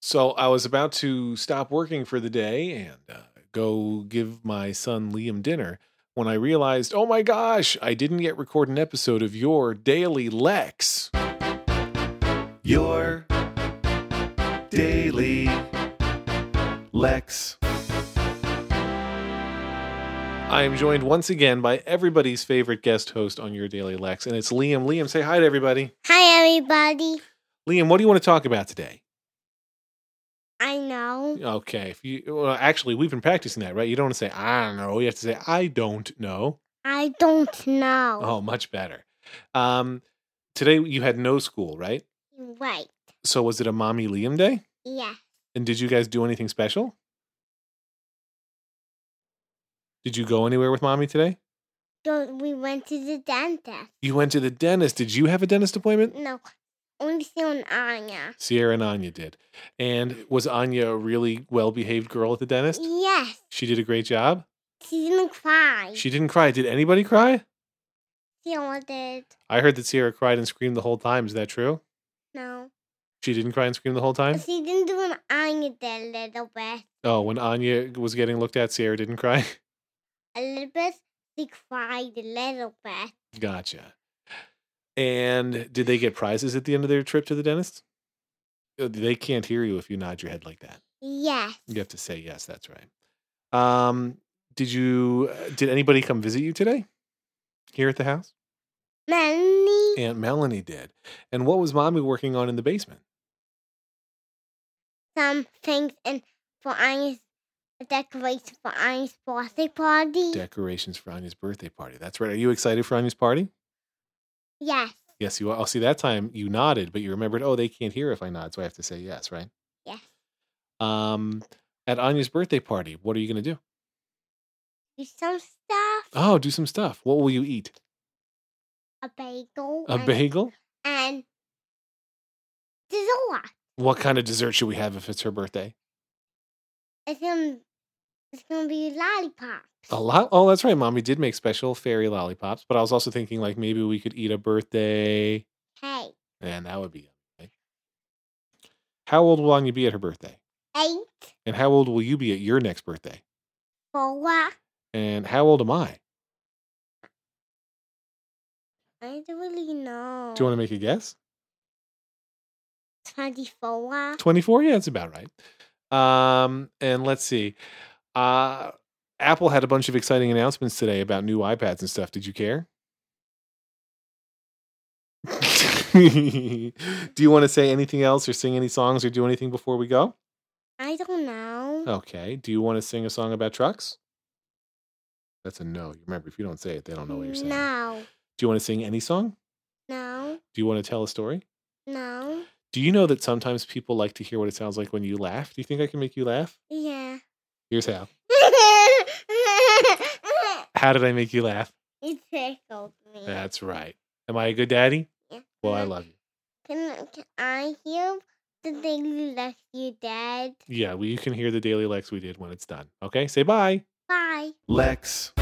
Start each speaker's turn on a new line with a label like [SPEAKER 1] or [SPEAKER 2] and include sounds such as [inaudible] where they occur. [SPEAKER 1] So I was about to stop working for the day and uh, go give my son Liam dinner when I realized, oh my gosh, I didn't yet record an episode of your Daily Lex.
[SPEAKER 2] Your daily Lex.
[SPEAKER 1] I am joined once again by everybody's favorite guest host on your Daily Lex, and it's Liam. Liam, say hi to everybody.
[SPEAKER 3] Hi, everybody.
[SPEAKER 1] Liam, what do you want to talk about today?
[SPEAKER 3] I know.
[SPEAKER 1] Okay. If you well, actually, we've been practicing that, right? You don't want to say I don't know. You have to say I don't know.
[SPEAKER 3] I don't know.
[SPEAKER 1] Oh, much better. Um, today you had no school, right?
[SPEAKER 3] Right.
[SPEAKER 1] So was it a mommy Liam day?
[SPEAKER 3] Yeah.
[SPEAKER 1] And did you guys do anything special? Did you go anywhere with mommy today?
[SPEAKER 3] So we went to the dentist.
[SPEAKER 1] You went to the dentist. Did you have a dentist appointment?
[SPEAKER 3] No, only seeing Anya.
[SPEAKER 1] Sierra and Anya did. And was Anya a really well behaved girl at the
[SPEAKER 3] Mm.
[SPEAKER 1] dentist?
[SPEAKER 3] Yes.
[SPEAKER 1] She did a great job.
[SPEAKER 3] She didn't cry.
[SPEAKER 1] She didn't cry. Did anybody cry?
[SPEAKER 3] She only did.
[SPEAKER 1] I heard that Sierra cried and screamed the whole time. Is that true?
[SPEAKER 3] No.
[SPEAKER 1] She didn't cry and scream the whole time?
[SPEAKER 3] She didn't do an Anya did a little bit.
[SPEAKER 1] Oh, when Anya was getting looked at, Sierra didn't cry? [laughs]
[SPEAKER 3] A little bit. She cried a little bit.
[SPEAKER 1] Gotcha. And did they get prizes at the end of their trip to the dentist? Uh, They can't hear you if you nod your head like that.
[SPEAKER 3] Yes.
[SPEAKER 1] You have to say yes, that's right. Um, did you uh, did anybody come visit you today? Here at the house?
[SPEAKER 3] Melanie.
[SPEAKER 1] Aunt Melanie did. And what was mommy working on in the basement?
[SPEAKER 3] Some things in for Anya's decoration for Anya's birthday party.
[SPEAKER 1] Decorations for Anya's birthday party. That's right. Are you excited for Anya's party?
[SPEAKER 3] yes.
[SPEAKER 1] Yes, you are. Oh, see, that time you nodded, but you remembered, oh, they can't hear if I nod, so I have to say yes, right?
[SPEAKER 3] Yes.
[SPEAKER 1] Um, at Anya's birthday party, what are you going to do?
[SPEAKER 3] Do some stuff.
[SPEAKER 1] Oh, do some stuff. What will you eat?
[SPEAKER 3] a bagel.
[SPEAKER 1] A
[SPEAKER 3] and-
[SPEAKER 1] bagel?
[SPEAKER 3] and dessert.
[SPEAKER 1] What kind of dessert should we have if it's her birthday?
[SPEAKER 3] It's gonna, it's gonna be lollipops.
[SPEAKER 1] A lot. Oh, that's right. Mommy did make special fairy lollipops, but I was also thinking like maybe we could eat a birthday,
[SPEAKER 3] Hey,
[SPEAKER 1] and that would be. Right? How old will Anya be at her birthday?
[SPEAKER 3] eight,
[SPEAKER 1] And how old will you be at your next birthday?
[SPEAKER 3] four.
[SPEAKER 1] And how old am I?
[SPEAKER 3] I don't really know.
[SPEAKER 1] Do you want to make a guess?
[SPEAKER 3] Twenty-four.
[SPEAKER 1] 24 yeah that's about right um and let's see uh apple had a bunch of exciting announcements today about new ipads and stuff did you care [laughs] do you want to say anything else or sing any songs or do anything before we go
[SPEAKER 3] I don't know.
[SPEAKER 1] okay do you want to sing a song about trucks that's a no remember if you don't say it they don't know what you're saying
[SPEAKER 3] No,
[SPEAKER 1] do you want to sing any song
[SPEAKER 3] no,
[SPEAKER 1] do you want to tell a story
[SPEAKER 3] no.
[SPEAKER 1] do you know that sometimes people like to hear what it sounds like when you laugh do you think i can make you laugh
[SPEAKER 3] Yeah. [laughs]
[SPEAKER 1] here's how How did I make you laugh?
[SPEAKER 3] it tickled me.
[SPEAKER 1] That's right. Am I a good daddy?
[SPEAKER 3] Yeah.
[SPEAKER 1] Well, I love you.
[SPEAKER 3] Can, can I hear the thing left you dead?
[SPEAKER 1] Yeah, well, you can hear the daily Lex we did when it's done. Okay, say bye.
[SPEAKER 3] Bye.
[SPEAKER 2] Lex.